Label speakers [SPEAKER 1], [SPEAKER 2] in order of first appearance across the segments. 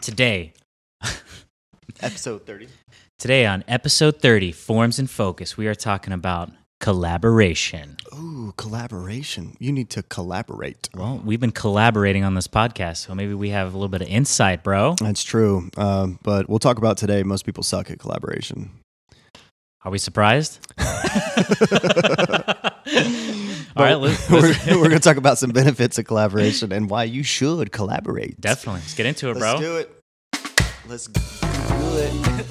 [SPEAKER 1] today.
[SPEAKER 2] Episode 30.
[SPEAKER 1] Today on episode 30, Forms and Focus, we are talking about collaboration.
[SPEAKER 2] Ooh, collaboration. You need to collaborate.
[SPEAKER 1] Well, we've been collaborating on this podcast, so maybe we have a little bit of insight, bro.
[SPEAKER 2] That's true. Um, but we'll talk about today. Most people suck at collaboration.
[SPEAKER 1] Are we surprised? All right, let's,
[SPEAKER 2] we're,
[SPEAKER 1] let's-
[SPEAKER 2] we're going to talk about some benefits of collaboration and why you should collaborate.
[SPEAKER 1] definitely let's get into it,
[SPEAKER 2] Let's
[SPEAKER 1] bro.
[SPEAKER 2] do it. Let's do it.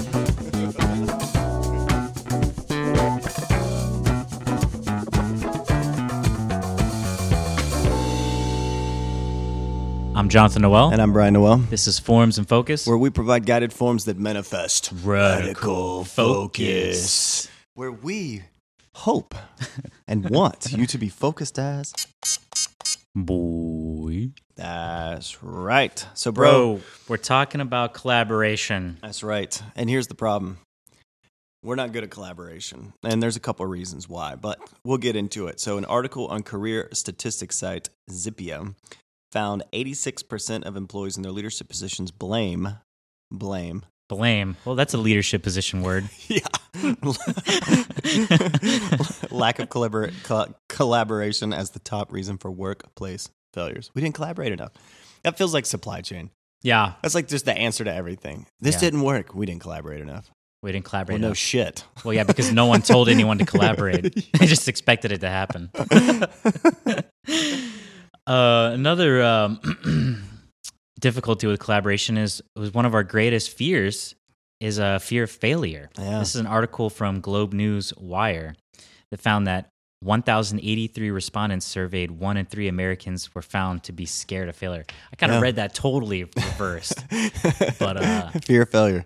[SPEAKER 1] I'm Jonathan Noel.
[SPEAKER 2] And I'm Brian Noel,
[SPEAKER 1] this is Forms and Focus.
[SPEAKER 2] where we provide guided forms that manifest
[SPEAKER 1] Radical focus.
[SPEAKER 2] where we hope and want you to be focused as.
[SPEAKER 1] boy,
[SPEAKER 2] That's right. So, bro
[SPEAKER 1] bro, we're talking about collaboration.
[SPEAKER 2] That's right. And here's the problem. We're not good at collaboration, and there's a couple of reasons why, but we'll get into it. So, an article on career statistics site Zipio found 86% of employees in their leadership positions blame blame.
[SPEAKER 1] Blame. Well, that's a leadership position word.
[SPEAKER 2] Yeah. Lack of collabor- co- collaboration as the top reason for workplace failures. We didn't collaborate enough. That feels like supply chain.
[SPEAKER 1] Yeah,
[SPEAKER 2] That's like just the answer to everything. This
[SPEAKER 1] Yeah.
[SPEAKER 2] didn't work. We didn't collaborate enough.
[SPEAKER 1] we didn't collaborate.
[SPEAKER 2] Well, no
[SPEAKER 1] enough.
[SPEAKER 2] shit.
[SPEAKER 1] well, yeah, because no one told anyone to collaborate. They just expected it to happen. Uh, another um, difficulty with collaboration is was one of our greatest fears is a fear of failure.
[SPEAKER 2] Yeah.
[SPEAKER 1] This is an article from Globe News Wire that found that 1,083 respondents surveyed, one in three Americans were found to be scared of failure. I kind of
[SPEAKER 2] Yeah.
[SPEAKER 1] read that totally reversed. But, uh,
[SPEAKER 2] fear of failure.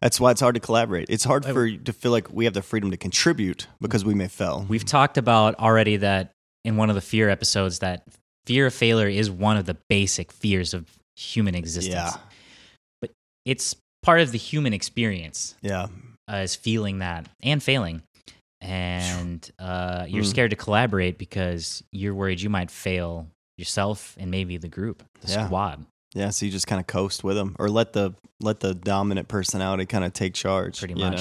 [SPEAKER 2] That's why it's hard to collaborate. It's hard for you to feel like we have the freedom to contribute because we may fail.
[SPEAKER 1] We've talked about already that in one of the fear episodes that fear of failure is one of the basic fears of human existence.
[SPEAKER 2] yeah,
[SPEAKER 1] It's part of the human experience.
[SPEAKER 2] yeah,
[SPEAKER 1] uh, is feeling that and failing. And uh, you're
[SPEAKER 2] Mm.
[SPEAKER 1] scared to collaborate because you're worried you might fail yourself and maybe the group, the
[SPEAKER 2] Yeah.
[SPEAKER 1] squad,
[SPEAKER 2] yeah. So you just kind of coast with them, or let the let the dominant personality kind of take charge.
[SPEAKER 1] pretty
[SPEAKER 2] you
[SPEAKER 1] much.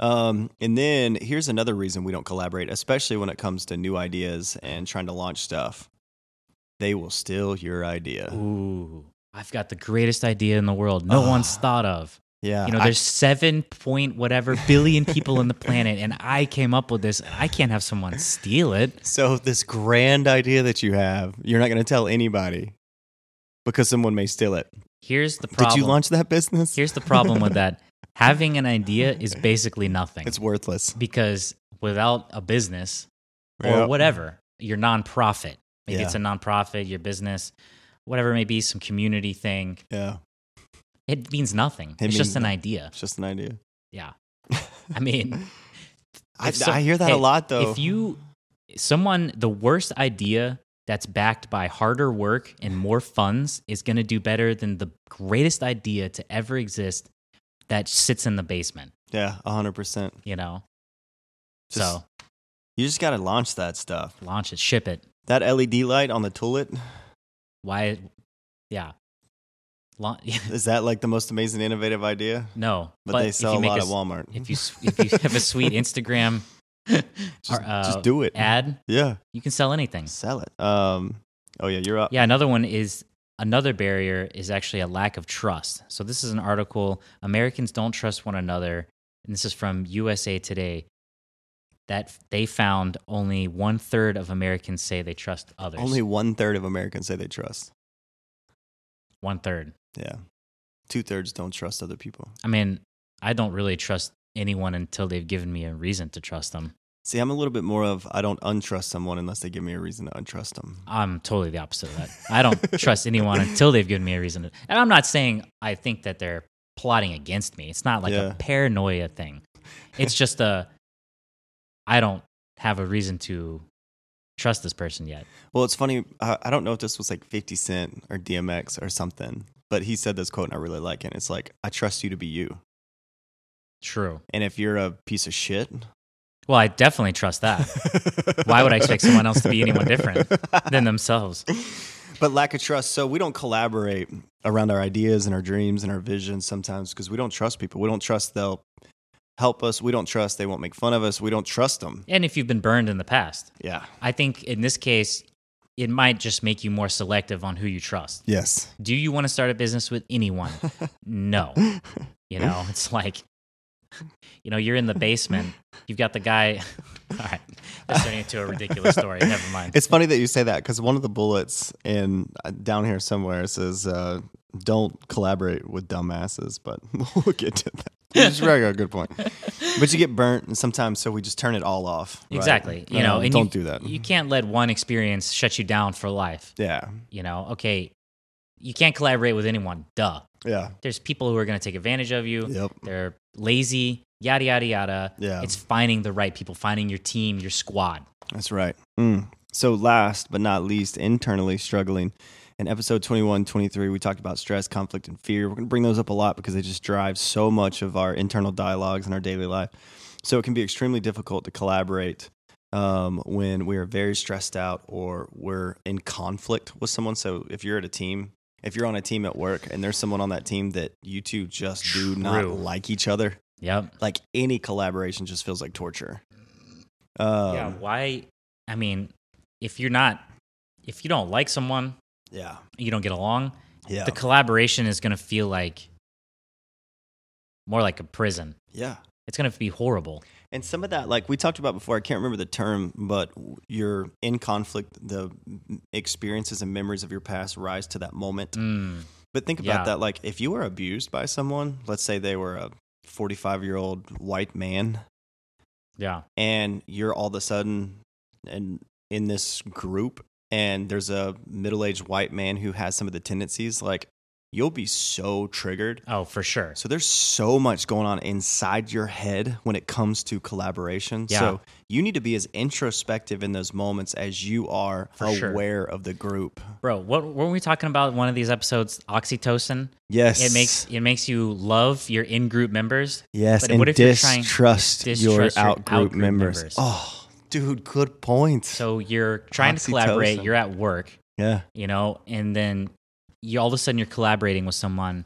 [SPEAKER 2] know? Um, and then here's another reason we don't collaborate, especially when it comes to new ideas and trying to launch stuff. They will steal your idea.
[SPEAKER 1] Ooh, I've got the greatest idea in the world. No
[SPEAKER 2] Ah.
[SPEAKER 1] one's thought of.
[SPEAKER 2] Yeah,
[SPEAKER 1] You know,
[SPEAKER 2] Uh, I-
[SPEAKER 1] there's seven point whatever billion people on the planet, and I came up with this. I can't have someone steal it.
[SPEAKER 2] So this grand idea that you have, you're not going to tell anybody because someone may steal it.
[SPEAKER 1] Here's the problem.
[SPEAKER 2] Did you launch that business?
[SPEAKER 1] Here's the problem with that. Having an idea is basically nothing
[SPEAKER 2] it's worthless.
[SPEAKER 1] because without a business, or
[SPEAKER 2] Yeah.
[SPEAKER 1] whatever your nonprofit. Maybe
[SPEAKER 2] Yeah.
[SPEAKER 1] it's a nonprofit, your business, whatever it may be, some community thing.
[SPEAKER 2] Yeah,
[SPEAKER 1] It means nothing.
[SPEAKER 2] It
[SPEAKER 1] it's
[SPEAKER 2] means
[SPEAKER 1] just an
[SPEAKER 2] nothing.
[SPEAKER 1] idea.
[SPEAKER 2] it's just an idea.
[SPEAKER 1] Yeah. I mean,
[SPEAKER 2] I,
[SPEAKER 1] If so-
[SPEAKER 2] I hear that a
[SPEAKER 1] hey,
[SPEAKER 2] lot though.
[SPEAKER 1] if you, someone, the worst idea that's backed by harder work and more funds is going to do better than the greatest idea to ever exist that sits in the basement,
[SPEAKER 2] yeah, hundred percent.
[SPEAKER 1] you know?
[SPEAKER 2] Just-
[SPEAKER 1] so
[SPEAKER 2] You just got to launch that stuff.
[SPEAKER 1] launch it, ship it.
[SPEAKER 2] That LED light on the toilet
[SPEAKER 1] Why? Yeah. Launch.
[SPEAKER 2] is that like the most amazing innovative idea?
[SPEAKER 1] no.
[SPEAKER 2] But, they
[SPEAKER 1] if
[SPEAKER 2] sell
[SPEAKER 1] you
[SPEAKER 2] a
[SPEAKER 1] make
[SPEAKER 2] lot
[SPEAKER 1] a
[SPEAKER 2] at Walmart.
[SPEAKER 1] if you s- if you have a sweet Instagram
[SPEAKER 2] just,
[SPEAKER 1] or, uh,
[SPEAKER 2] just do it.
[SPEAKER 1] ad,
[SPEAKER 2] yeah,
[SPEAKER 1] you can sell anything.
[SPEAKER 2] sell it. Um. Oh yeah, you're up.
[SPEAKER 1] Yeah, another one is another barrier is actually a lack of trust. So this is an article Americans don't trust one another, and this is from USA Today. That f- they found only one third of Americans say they trust others.
[SPEAKER 2] Only one third of Americans say they trust.
[SPEAKER 1] one third.
[SPEAKER 2] Yeah, two thirds don't trust other people.
[SPEAKER 1] I mean, I don't really trust anyone until they've given me a reason to trust them.
[SPEAKER 2] See, I'm a little bit more of I don't untrust someone unless they give me a reason to untrust them.
[SPEAKER 1] I'm totally the opposite of that. I don't trust anyone until they've given me a reason. To, and I'm not saying I think that they're plotting against me. It's not like
[SPEAKER 2] Yeah.
[SPEAKER 1] a paranoia thing. It's just a I don't have a reason to trust this person yet.
[SPEAKER 2] Well, it's funny. I, I don't know if this was like 50 Cent or DMX or something, but he said this quote and I really like it. It's like, I trust you to be you.
[SPEAKER 1] True.
[SPEAKER 2] And if you're a piece of shit,
[SPEAKER 1] Well, I definitely trust that Why would I expect someone else to be anyone different? than themselves.
[SPEAKER 2] But lack of trust. So we don't collaborate around our ideas and our dreams and our visions sometimes because we don't trust people. We don't trust they'll help us. We don't trust they won't make fun of us. We don't trust them.
[SPEAKER 1] And if you've been burned in the past,
[SPEAKER 2] Yeah.
[SPEAKER 1] I think in this case, it might just make you more selective on who you trust.
[SPEAKER 2] Yes.
[SPEAKER 1] Do you want to start a business with anyone? no. You know, it's like, you know, you're in the basement. You've got the guy. All right. That's turning into a ridiculous story. Never mind.
[SPEAKER 2] It's funny that you say that because one of the bullets in uh, down here somewhere says, uh, "Don't collaborate with dumbasses." But we'll get to that. You just really got a good point. But you get burnt, and sometimes so we just turn it all off. right?
[SPEAKER 1] Exactly. You
[SPEAKER 2] Uh,
[SPEAKER 1] know, and
[SPEAKER 2] don't
[SPEAKER 1] you-
[SPEAKER 2] do that.
[SPEAKER 1] You can't let one experience shut you down for life.
[SPEAKER 2] yeah,
[SPEAKER 1] You know, okay, you can't collaborate with anyone. Duh.
[SPEAKER 2] yeah,
[SPEAKER 1] There's people who are going to take advantage of you.
[SPEAKER 2] yep,
[SPEAKER 1] They're lazy, yada, yada, yada.
[SPEAKER 2] yeah.
[SPEAKER 1] It's finding the right people, finding your team, your squad.
[SPEAKER 2] That's right. Mm. So, last but not least, internally struggling. In episode 21, 23, we talked about stress, conflict, and fear. We're going to bring those up a lot because they just drive so much of our internal dialogues in our daily life. So, it can be extremely difficult to collaborate um, when we are very stressed out or we're in conflict with someone. So, if you're at a team, if you're on a team at work and there's someone on that team that you two just do not
[SPEAKER 1] True.
[SPEAKER 2] like each other,
[SPEAKER 1] Yep.
[SPEAKER 2] like any collaboration just feels like torture. Um,
[SPEAKER 1] yeah. Why? I mean, if you're not, if you don't like someone,
[SPEAKER 2] Yeah.
[SPEAKER 1] you don't get along,
[SPEAKER 2] Yeah.
[SPEAKER 1] the collaboration is going to feel like more like a prison.
[SPEAKER 2] yeah.
[SPEAKER 1] It's going to be horrible.
[SPEAKER 2] And some of that, like we talked about before, I can't remember the term, but you're in conflict, the experiences and memories of your past rise to that moment.
[SPEAKER 1] Mm,
[SPEAKER 2] But think about
[SPEAKER 1] Yeah.
[SPEAKER 2] that. Like if you were abused by someone, let's say they were a 45 year old white man,
[SPEAKER 1] yeah.
[SPEAKER 2] and you're all of a sudden and in this group, and there's a middle aged white man who has some of the tendencies, like you'll be so triggered
[SPEAKER 1] Oh, for sure.
[SPEAKER 2] So there's so much going on inside your head when it comes to collaboration.
[SPEAKER 1] Yeah.
[SPEAKER 2] So you need to be as introspective in those moments as you are
[SPEAKER 1] For sure.
[SPEAKER 2] aware of the group.
[SPEAKER 1] Bro, what were we talking about in one of these episodes? Oxytocin.
[SPEAKER 2] Yes.
[SPEAKER 1] It makes it makes you love your in-group members.
[SPEAKER 2] yes,
[SPEAKER 1] but
[SPEAKER 2] and
[SPEAKER 1] what if you're trying-
[SPEAKER 2] distrust, your
[SPEAKER 1] distrust your
[SPEAKER 2] out group
[SPEAKER 1] out-group
[SPEAKER 2] members.
[SPEAKER 1] members.
[SPEAKER 2] Oh, dude, good point.
[SPEAKER 1] So you're trying to collaborate.
[SPEAKER 2] Oxytocin.
[SPEAKER 1] You're at work.
[SPEAKER 2] yeah,
[SPEAKER 1] you know, and then you all of a sudden you're collaborating with someone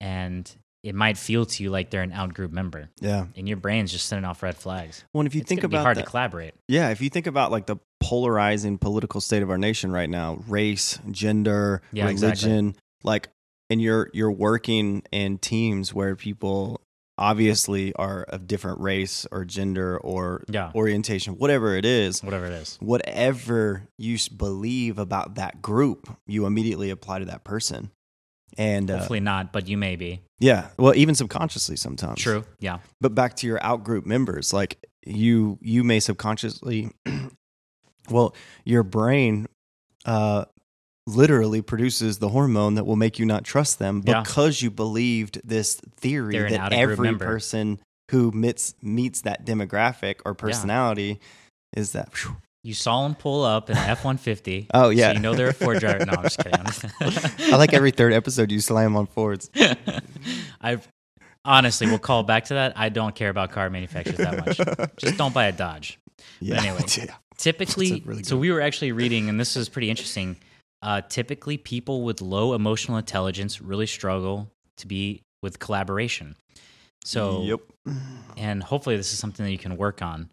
[SPEAKER 1] and it might feel to you like they're an outgroup member
[SPEAKER 2] yeah.
[SPEAKER 1] and your brain's just sending off red flags.
[SPEAKER 2] Well, and if you
[SPEAKER 1] it's
[SPEAKER 2] think
[SPEAKER 1] gonna be
[SPEAKER 2] about
[SPEAKER 1] hard
[SPEAKER 2] that,
[SPEAKER 1] to collaborate.
[SPEAKER 2] yeah, if you think about like the polarizing political state of our nation right now, race, gender,
[SPEAKER 1] Yeah, exactly.
[SPEAKER 2] religion, like and you're you're working in teams where people obviously are of different race or gender or
[SPEAKER 1] Yeah.
[SPEAKER 2] orientation, whatever it is,
[SPEAKER 1] Whatever it is.
[SPEAKER 2] whatever you s- believe about that group, you immediately apply to that person. And uh,
[SPEAKER 1] Hopefully not, but you may be.
[SPEAKER 2] yeah, well, even subconsciously sometimes.
[SPEAKER 1] True. Yeah.
[SPEAKER 2] But back to your outgroup members, like you, you may subconsciously, well, your brain, uh, literally produces the hormone that will make you not trust them
[SPEAKER 1] Yeah.
[SPEAKER 2] because you believed this theory
[SPEAKER 1] They're an
[SPEAKER 2] that
[SPEAKER 1] out-of-group
[SPEAKER 2] every
[SPEAKER 1] member.
[SPEAKER 2] person who meets meets that demographic or personality is that. phew.
[SPEAKER 1] You saw him pull up in an F 150.
[SPEAKER 2] Oh, yeah.
[SPEAKER 1] So you know they're a Ford driver. No, I'm just kidding.
[SPEAKER 2] I like every third episode you slam on Fords.
[SPEAKER 1] I've honestly, we'll call back to that. I don't care about car manufacturers that much. Just don't buy a Dodge.
[SPEAKER 2] Yeah.
[SPEAKER 1] Anyway.
[SPEAKER 2] Yeah.
[SPEAKER 1] typically
[SPEAKER 2] That's a really
[SPEAKER 1] so we were actually reading and this is pretty interesting uh, typically people with low emotional intelligence really struggle to be with collaboration so
[SPEAKER 2] yep.
[SPEAKER 1] and hopefully this is something that you can work on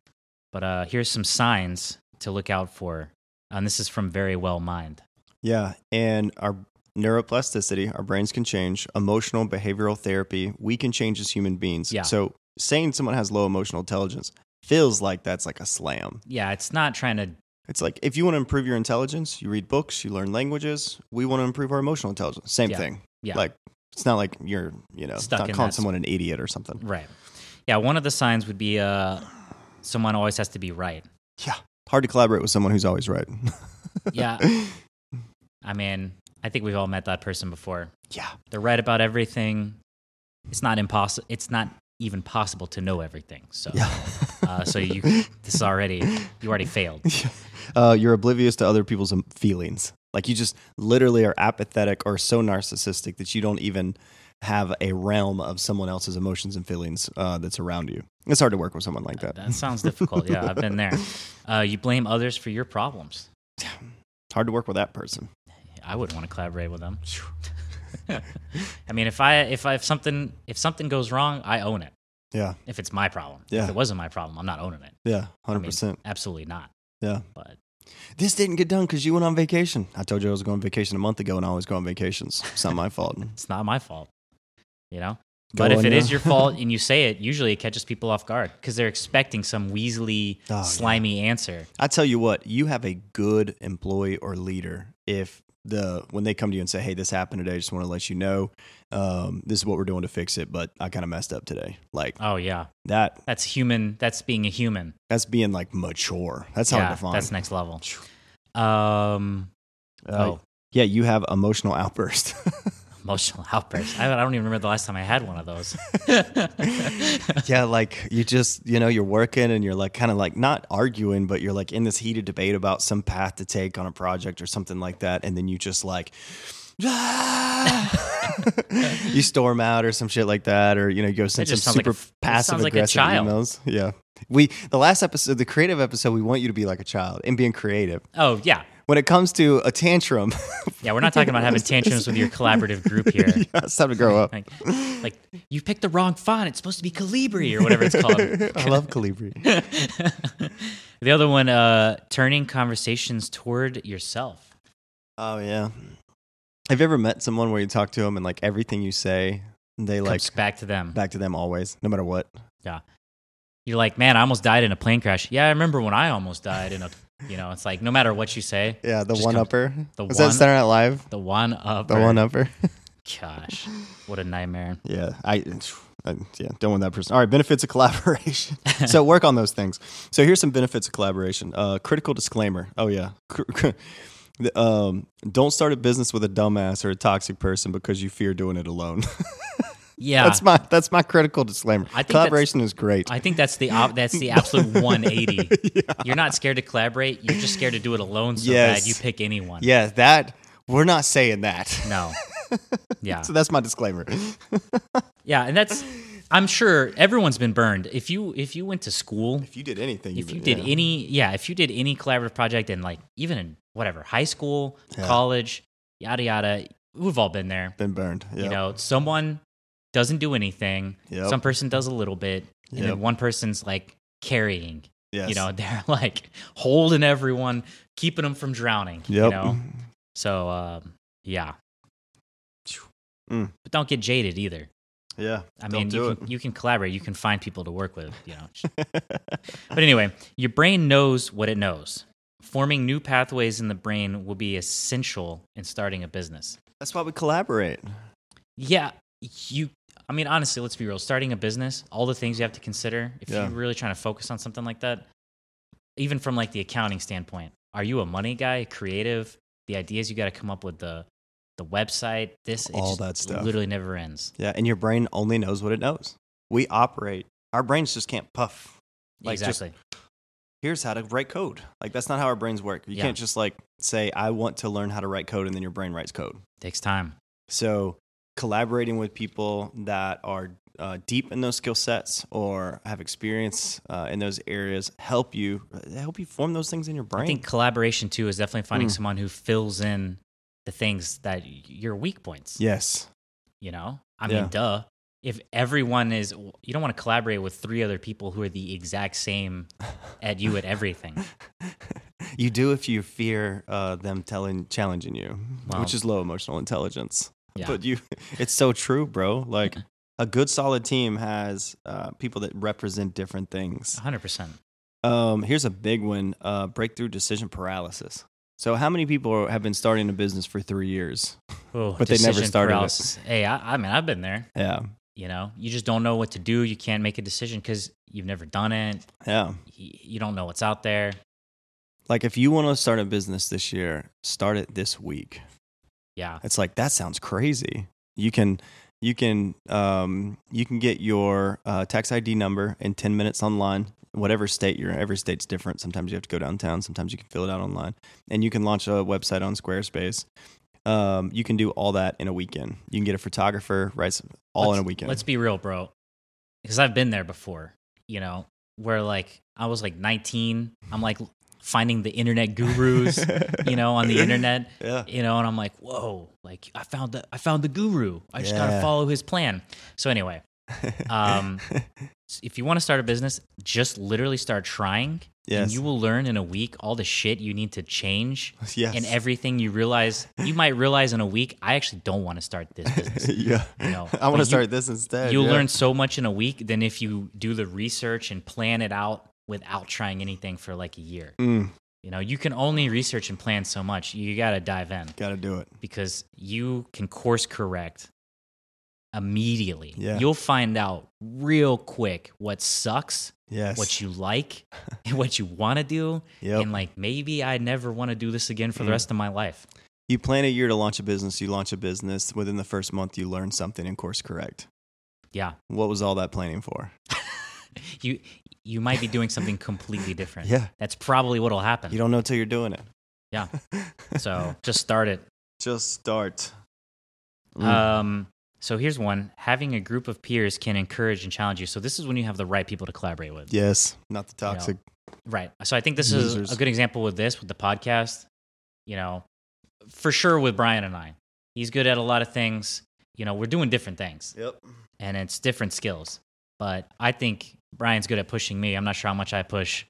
[SPEAKER 1] but uh, here's some signs to look out for and this is from very well mind
[SPEAKER 2] Yeah, and our neuroplasticity, our brains can change. Emotional behavioral therapy, we can change as human beings.
[SPEAKER 1] Yeah.
[SPEAKER 2] So saying someone has low emotional intelligence feels like that's like a slam.
[SPEAKER 1] yeah it's not trying to
[SPEAKER 2] It's like if you want to improve your intelligence, you read books, you learn languages. We want to improve our emotional intelligence. Same
[SPEAKER 1] Yeah.
[SPEAKER 2] thing.
[SPEAKER 1] Yeah.
[SPEAKER 2] Like it's not like you're you know
[SPEAKER 1] Stuck
[SPEAKER 2] not
[SPEAKER 1] in
[SPEAKER 2] calling
[SPEAKER 1] that
[SPEAKER 2] someone an idiot or something.
[SPEAKER 1] right yeah one of the signs would be uh, someone always has to be right
[SPEAKER 2] Hard to collaborate with someone who's always right.
[SPEAKER 1] yeah i mean i think we've all met that person before
[SPEAKER 2] yeah.
[SPEAKER 1] they're right about everything. It's not impossible. It's not even possible to know everything. So,
[SPEAKER 2] Yeah.
[SPEAKER 1] uh, so you this is already you already failed.
[SPEAKER 2] Yeah. uh, you're oblivious to other people's um, feelings. Like you just literally are apathetic or so narcissistic that you don't even have a realm of someone else's emotions and feelings uh, that's around you. It's hard to work with someone like that.
[SPEAKER 1] That sounds difficult. Yeah, I've been there. Uh, you blame others for your problems.
[SPEAKER 2] Hard to work with that person.
[SPEAKER 1] I wouldn't want to collaborate with them. I mean, if I if I if something if something goes wrong, I own it.
[SPEAKER 2] Yeah.
[SPEAKER 1] If it's my problem,
[SPEAKER 2] Yeah.
[SPEAKER 1] if it wasn't my problem, I'm not owning it.
[SPEAKER 2] Yeah.
[SPEAKER 1] I
[SPEAKER 2] Hundred
[SPEAKER 1] mean,
[SPEAKER 2] percent.
[SPEAKER 1] absolutely not.
[SPEAKER 2] Yeah.
[SPEAKER 1] But
[SPEAKER 2] This didn't get done because you went on vacation. I told you I was going on vacation a month ago, and I always go on vacations. It's not my fault.
[SPEAKER 1] it's not my fault, you know. But
[SPEAKER 2] Go
[SPEAKER 1] if
[SPEAKER 2] on
[SPEAKER 1] it is
[SPEAKER 2] now.
[SPEAKER 1] your fault and you say it, usually it catches people off guard because they're expecting some weaselly,
[SPEAKER 2] Oh, yeah.
[SPEAKER 1] slimy answer.
[SPEAKER 2] I tell you what, you have a good employee or leader if the when they come to you and say, "Hey, this happened today. I just want to let you know um, this is what we're doing to fix it." But I kind of messed up today. Like
[SPEAKER 1] Oh yeah,
[SPEAKER 2] that.
[SPEAKER 1] that's human. That's being a human.
[SPEAKER 2] That's being like mature. That's how I
[SPEAKER 1] yeah,
[SPEAKER 2] define.
[SPEAKER 1] that's next level. Um,
[SPEAKER 2] Uh,
[SPEAKER 1] oh,
[SPEAKER 2] yeah, you have emotional outburst.
[SPEAKER 1] emotional outburst. I, I don't even remember the last time I had one of those.
[SPEAKER 2] yeah, like you just, you know, you're working and you're like kind of like not arguing, but you're like in this heated debate about some path to take on a project or something like that. And then you just like, you storm out or some shit like that, or you know, you go send some
[SPEAKER 1] just sounds like
[SPEAKER 2] super
[SPEAKER 1] a f- that
[SPEAKER 2] passive
[SPEAKER 1] sounds like a
[SPEAKER 2] aggressive
[SPEAKER 1] child.
[SPEAKER 2] emails. Yeah, we the last episode, the creative episode, we want you to be like a child and being creative.
[SPEAKER 1] oh yeah,
[SPEAKER 2] When it comes to a tantrum,
[SPEAKER 1] yeah. We're not talking about having tantrums with your collaborative group here.
[SPEAKER 2] it's time to grow up.
[SPEAKER 1] Like, like you picked the wrong font. It's supposed to be Calibri or whatever it's called.
[SPEAKER 2] I love Calibri.
[SPEAKER 1] the other one, uh, turning conversations toward yourself.
[SPEAKER 2] Oh yeah. Have you ever met someone where you talk to them and like everything you say, they like
[SPEAKER 1] Comes back to them.
[SPEAKER 2] back to them always, no matter what?
[SPEAKER 1] You're like, man, I almost died in a plane crash. Yeah, I remember when I almost died in a. You know, it's like no matter what you say,
[SPEAKER 2] Yeah, the
[SPEAKER 1] Just
[SPEAKER 2] one
[SPEAKER 1] come-
[SPEAKER 2] upper.
[SPEAKER 1] the
[SPEAKER 2] Was
[SPEAKER 1] one-
[SPEAKER 2] that Saturday Night Live?
[SPEAKER 1] the one up.
[SPEAKER 2] The
[SPEAKER 1] or-
[SPEAKER 2] one upper.
[SPEAKER 1] Gosh, what a nightmare.
[SPEAKER 2] yeah, I, I yeah don't want that person. All right, benefits of collaboration. so work on those things. So here's some benefits of collaboration. Uh, critical disclaimer. Oh yeah. The, Um, don't start a business with a dumbass or a toxic person because you fear doing it alone.
[SPEAKER 1] Yeah,
[SPEAKER 2] that's my that's my critical disclaimer.
[SPEAKER 1] I think that's-
[SPEAKER 2] collaboration is great.
[SPEAKER 1] I think that's the op- that's the absolute 180. You're not scared to collaborate. You're just scared to do it alone so
[SPEAKER 2] Yes.
[SPEAKER 1] bad you pick anyone.
[SPEAKER 2] Yeah, that we're not saying that.
[SPEAKER 1] No. Yeah.
[SPEAKER 2] So that's my disclaimer.
[SPEAKER 1] Yeah, and that's I'm sure everyone's been burned. If you if you went to school,
[SPEAKER 2] If you did anything,
[SPEAKER 1] if you did any yeah, if you did any collaborative project in like even in whatever, high school,
[SPEAKER 2] Yeah.
[SPEAKER 1] college, yada yada, we've all been there.
[SPEAKER 2] been burned.
[SPEAKER 1] You know, someone doesn't do anything,
[SPEAKER 2] Yep.
[SPEAKER 1] some person does a little bit, and
[SPEAKER 2] Yep.
[SPEAKER 1] then one person's like carrying
[SPEAKER 2] yes.
[SPEAKER 1] You know, they're like holding everyone, keeping them from drowning. You
[SPEAKER 2] Yep.
[SPEAKER 1] know, so um, yeah.
[SPEAKER 2] Mm.
[SPEAKER 1] But don't get jaded either.
[SPEAKER 2] yeah.
[SPEAKER 1] I
[SPEAKER 2] Don't
[SPEAKER 1] mean,
[SPEAKER 2] do
[SPEAKER 1] you
[SPEAKER 2] it.
[SPEAKER 1] can, you can collaborate. You can find people to work with. You know. but anyway, your brain knows what it knows. Forming new pathways in the brain will be essential in starting a business.
[SPEAKER 2] That's why we collaborate.
[SPEAKER 1] Yeah, you. I mean, honestly, let's be real. Starting a business, all the things you have to consider. If
[SPEAKER 2] Yeah.
[SPEAKER 1] you're really trying to focus on something like that, even from like the accounting standpoint, are you a money guy, creative? The ideas you got to come up with the the website, this it
[SPEAKER 2] All
[SPEAKER 1] just
[SPEAKER 2] that stuff.
[SPEAKER 1] literally never ends.
[SPEAKER 2] Yeah, and your brain only knows what it knows. We operate. Our brains just can't puff. Like, just-
[SPEAKER 1] exactly.
[SPEAKER 2] Here's how to write code. Like that's not how our brains work. You
[SPEAKER 1] Yeah.
[SPEAKER 2] can't just like say I want to learn how to write code and then your brain writes code.
[SPEAKER 1] Takes time.
[SPEAKER 2] So collaborating with people that are uh, deep in those skill sets or have experience uh, in those areas help you uh, help you form those things in your brain.
[SPEAKER 1] I think collaboration too is definitely finding
[SPEAKER 2] Mm.
[SPEAKER 1] someone who fills in the things that y- your weak points.
[SPEAKER 2] yes.
[SPEAKER 1] You know, I
[SPEAKER 2] Yeah.
[SPEAKER 1] mean, duh. If everyone is, you don't want to collaborate with three other people who are the exact same at you at everything.
[SPEAKER 2] You do if you fear uh, them telling challenging you,
[SPEAKER 1] Wow.
[SPEAKER 2] which is low emotional intelligence.
[SPEAKER 1] Yeah.
[SPEAKER 2] But you, it's so true, bro. Like a good solid team has uh, people that represent different things.
[SPEAKER 1] 100%.
[SPEAKER 2] Um, here's a big one: uh, breakthrough decision paralysis. So, how many people are- have been starting a business for three years?
[SPEAKER 1] Oh,
[SPEAKER 2] But they never
[SPEAKER 1] decision
[SPEAKER 2] started it.
[SPEAKER 1] paralysis. Hey, I, I mean, I've been there.
[SPEAKER 2] Yeah,
[SPEAKER 1] You know, you just don't know what to do. You can't make a decision because you've never done it.
[SPEAKER 2] yeah.
[SPEAKER 1] You you don't know what's out there.
[SPEAKER 2] Like if you want to start a business this year, start it this week.
[SPEAKER 1] Yeah.
[SPEAKER 2] It's like that sounds crazy. You can you can um, you can get your uh, tax ID number in ten minutes online. Whatever state you're in, every state's different. Sometimes you have to go downtown. Sometimes you can fill it out online, and you can launch a website on Squarespace. Um, you can do all that in a weekend. You can get a photographer, right? s- All in
[SPEAKER 1] Let's-
[SPEAKER 2] a weekend.
[SPEAKER 1] Let's be real, bro. Because I've been there before, you know, where like I was like 19. I'm like, finding the internet gurus, you know, on the internet,
[SPEAKER 2] Yeah.
[SPEAKER 1] you know, and I'm like, whoa, like I found the I found the guru. I just gotta
[SPEAKER 2] Yeah.
[SPEAKER 1] follow his plan. So anyway, um, s- if you want to start a business, just literally start trying, and
[SPEAKER 2] Yes.
[SPEAKER 1] you will learn in a week all the shit you need to change.
[SPEAKER 2] yes.
[SPEAKER 1] And everything you realize, you might realize in a week, I actually don't want to start this business.
[SPEAKER 2] yeah.
[SPEAKER 1] know,
[SPEAKER 2] I
[SPEAKER 1] but
[SPEAKER 2] want
[SPEAKER 1] you-
[SPEAKER 2] to start this instead.
[SPEAKER 1] You'll
[SPEAKER 2] Uh, yeah.
[SPEAKER 1] learn so much in a week than if you do the research and plan it out without trying anything for like a year.
[SPEAKER 2] Mm,
[SPEAKER 1] You know, you can only research and plan so much. You got to dive in
[SPEAKER 2] gotta do it.
[SPEAKER 1] because you can course correct immediately.
[SPEAKER 2] Yeah.
[SPEAKER 1] You'll find out real quick what sucks,
[SPEAKER 2] Yes.
[SPEAKER 1] what you like, and what you want to do.
[SPEAKER 2] Yep.
[SPEAKER 1] And like, maybe I never want to do this again for the
[SPEAKER 2] Mm.
[SPEAKER 1] rest of my life.
[SPEAKER 2] You plan a year to launch a business, you launch a business. Within the first month, you learn something and course correct.
[SPEAKER 1] Yeah.
[SPEAKER 2] What was all that planning for?
[SPEAKER 1] You, you might be doing something completely different.
[SPEAKER 2] Yeah.
[SPEAKER 1] That's probably what'll happen.
[SPEAKER 2] You don't know till you're doing it.
[SPEAKER 1] Yeah. So just start it.
[SPEAKER 2] just start. Mm.
[SPEAKER 1] Um, so here's one: having a group of peers can encourage and challenge you. So this is when you have the right people to collaborate with.
[SPEAKER 2] yes. Not the toxic.
[SPEAKER 1] Right. So I think this is
[SPEAKER 2] Losers.
[SPEAKER 1] a good example with this with the podcast. You know, for sure with Brian and I, he's good at a lot of things. You know, we're doing different things,
[SPEAKER 2] Yep.
[SPEAKER 1] and it's different skills. But I think Brian's good at pushing me. I'm not sure how much I push.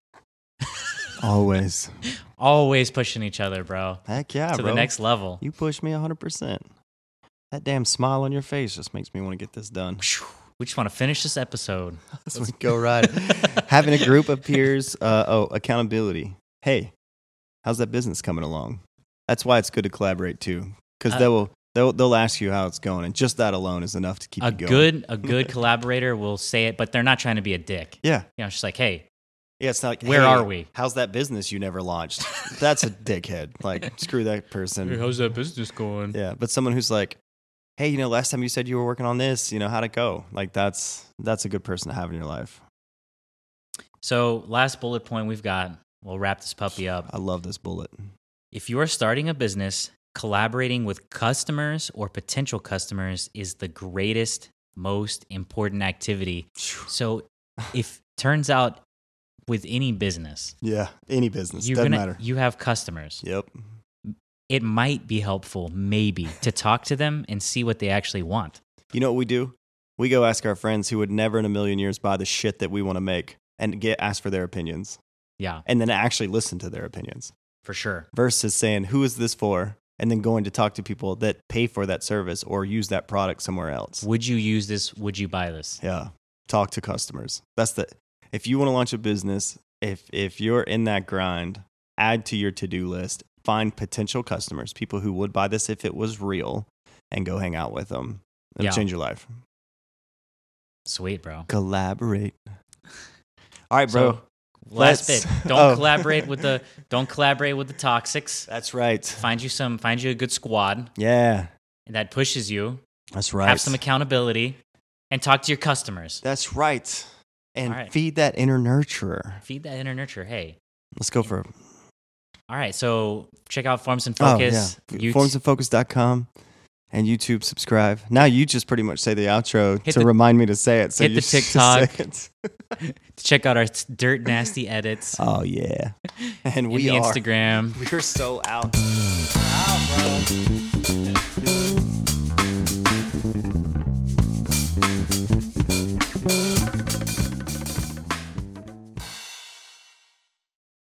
[SPEAKER 2] Always.
[SPEAKER 1] Always pushing each other, bro,
[SPEAKER 2] Heck yeah,
[SPEAKER 1] to
[SPEAKER 2] bro.
[SPEAKER 1] the next level.
[SPEAKER 2] You push me 100%. That damn smile on your face just makes me want to get this done.
[SPEAKER 1] We just want to finish this episode.
[SPEAKER 2] Let's go right. Having a group of peers. Uh, oh, accountability. Hey, how's that business coming along? That's why it's good to collaborate too, because
[SPEAKER 1] Uh,
[SPEAKER 2] they will they'll they'll ask you how it's going, and just that alone is enough to keep
[SPEAKER 1] a
[SPEAKER 2] you going.
[SPEAKER 1] good a good collaborator will say it, but they're not trying to be a dick.
[SPEAKER 2] Yeah.
[SPEAKER 1] You know, it's just like, hey,
[SPEAKER 2] Yeah. It's not like
[SPEAKER 1] Where
[SPEAKER 2] "Hey,
[SPEAKER 1] are we?"
[SPEAKER 2] How's that business you never launched? That's a dickhead. Like screw that person.
[SPEAKER 1] how's that business going?
[SPEAKER 2] Yeah. But someone who's like. Hey, you know, last time you said you were working on this, you know, how'd it go? Like that's that's a good person to have in your life.
[SPEAKER 1] So last bullet point we've got, we'll wrap this puppy up.
[SPEAKER 2] I love this bullet.
[SPEAKER 1] If you are starting a business, collaborating with customers or potential customers is the greatest, most important activity. So if turns out with any business,
[SPEAKER 2] Yeah. Any business.
[SPEAKER 1] you're
[SPEAKER 2] Doesn't
[SPEAKER 1] gonna
[SPEAKER 2] matter.
[SPEAKER 1] you have customers.
[SPEAKER 2] Yep.
[SPEAKER 1] It might be helpful, maybe, to talk to them and see what they actually want.
[SPEAKER 2] You know what we do? We go ask our friends who would never in a million years buy the shit that we want to make and get asked for their opinions
[SPEAKER 1] Yeah,
[SPEAKER 2] and then actually listen to their opinions
[SPEAKER 1] for sure.
[SPEAKER 2] versus saying, who is this for? And then going to talk to people that pay for that service or use that product somewhere else.
[SPEAKER 1] Would you use this? Would you buy this?
[SPEAKER 2] Yeah. Talk to customers. That's the, if you want to launch a business, if, if you're in that grind, add to your to do list, find potential customers, people who would buy this if it was real, and go hang out with them. It'll
[SPEAKER 1] Yeah.
[SPEAKER 2] change your life.
[SPEAKER 1] Sweet, bro.
[SPEAKER 2] collaborate. All right, bro.
[SPEAKER 1] So, Last
[SPEAKER 2] Let's-
[SPEAKER 1] bit. Don't
[SPEAKER 2] oh.
[SPEAKER 1] collaborate with the don't collaborate with the toxics.
[SPEAKER 2] that's right.
[SPEAKER 1] Find you some find you a good squad
[SPEAKER 2] Yeah,
[SPEAKER 1] that pushes you.
[SPEAKER 2] that's right.
[SPEAKER 1] Have some accountability and talk to your customers.
[SPEAKER 2] that's right. And
[SPEAKER 1] All right.
[SPEAKER 2] feed that inner nurturer.
[SPEAKER 1] Feed that inner nurture. Hey.
[SPEAKER 2] Let's go for
[SPEAKER 1] All right. So check out Forms and Focus.
[SPEAKER 2] Oh, yeah.
[SPEAKER 1] You-
[SPEAKER 2] Formsandfocus.com and YouTube subscribe. Now you just pretty much say the outro
[SPEAKER 1] Hit
[SPEAKER 2] to
[SPEAKER 1] the-
[SPEAKER 2] remind me to say it. So
[SPEAKER 1] hit
[SPEAKER 2] you
[SPEAKER 1] the
[SPEAKER 2] should say
[SPEAKER 1] TikTok.
[SPEAKER 2] it.
[SPEAKER 1] check out our dirt nasty edits
[SPEAKER 2] Oh yeah. And
[SPEAKER 1] in
[SPEAKER 2] we
[SPEAKER 1] the
[SPEAKER 2] are
[SPEAKER 1] Instagram.
[SPEAKER 2] we're so out. Out, bro.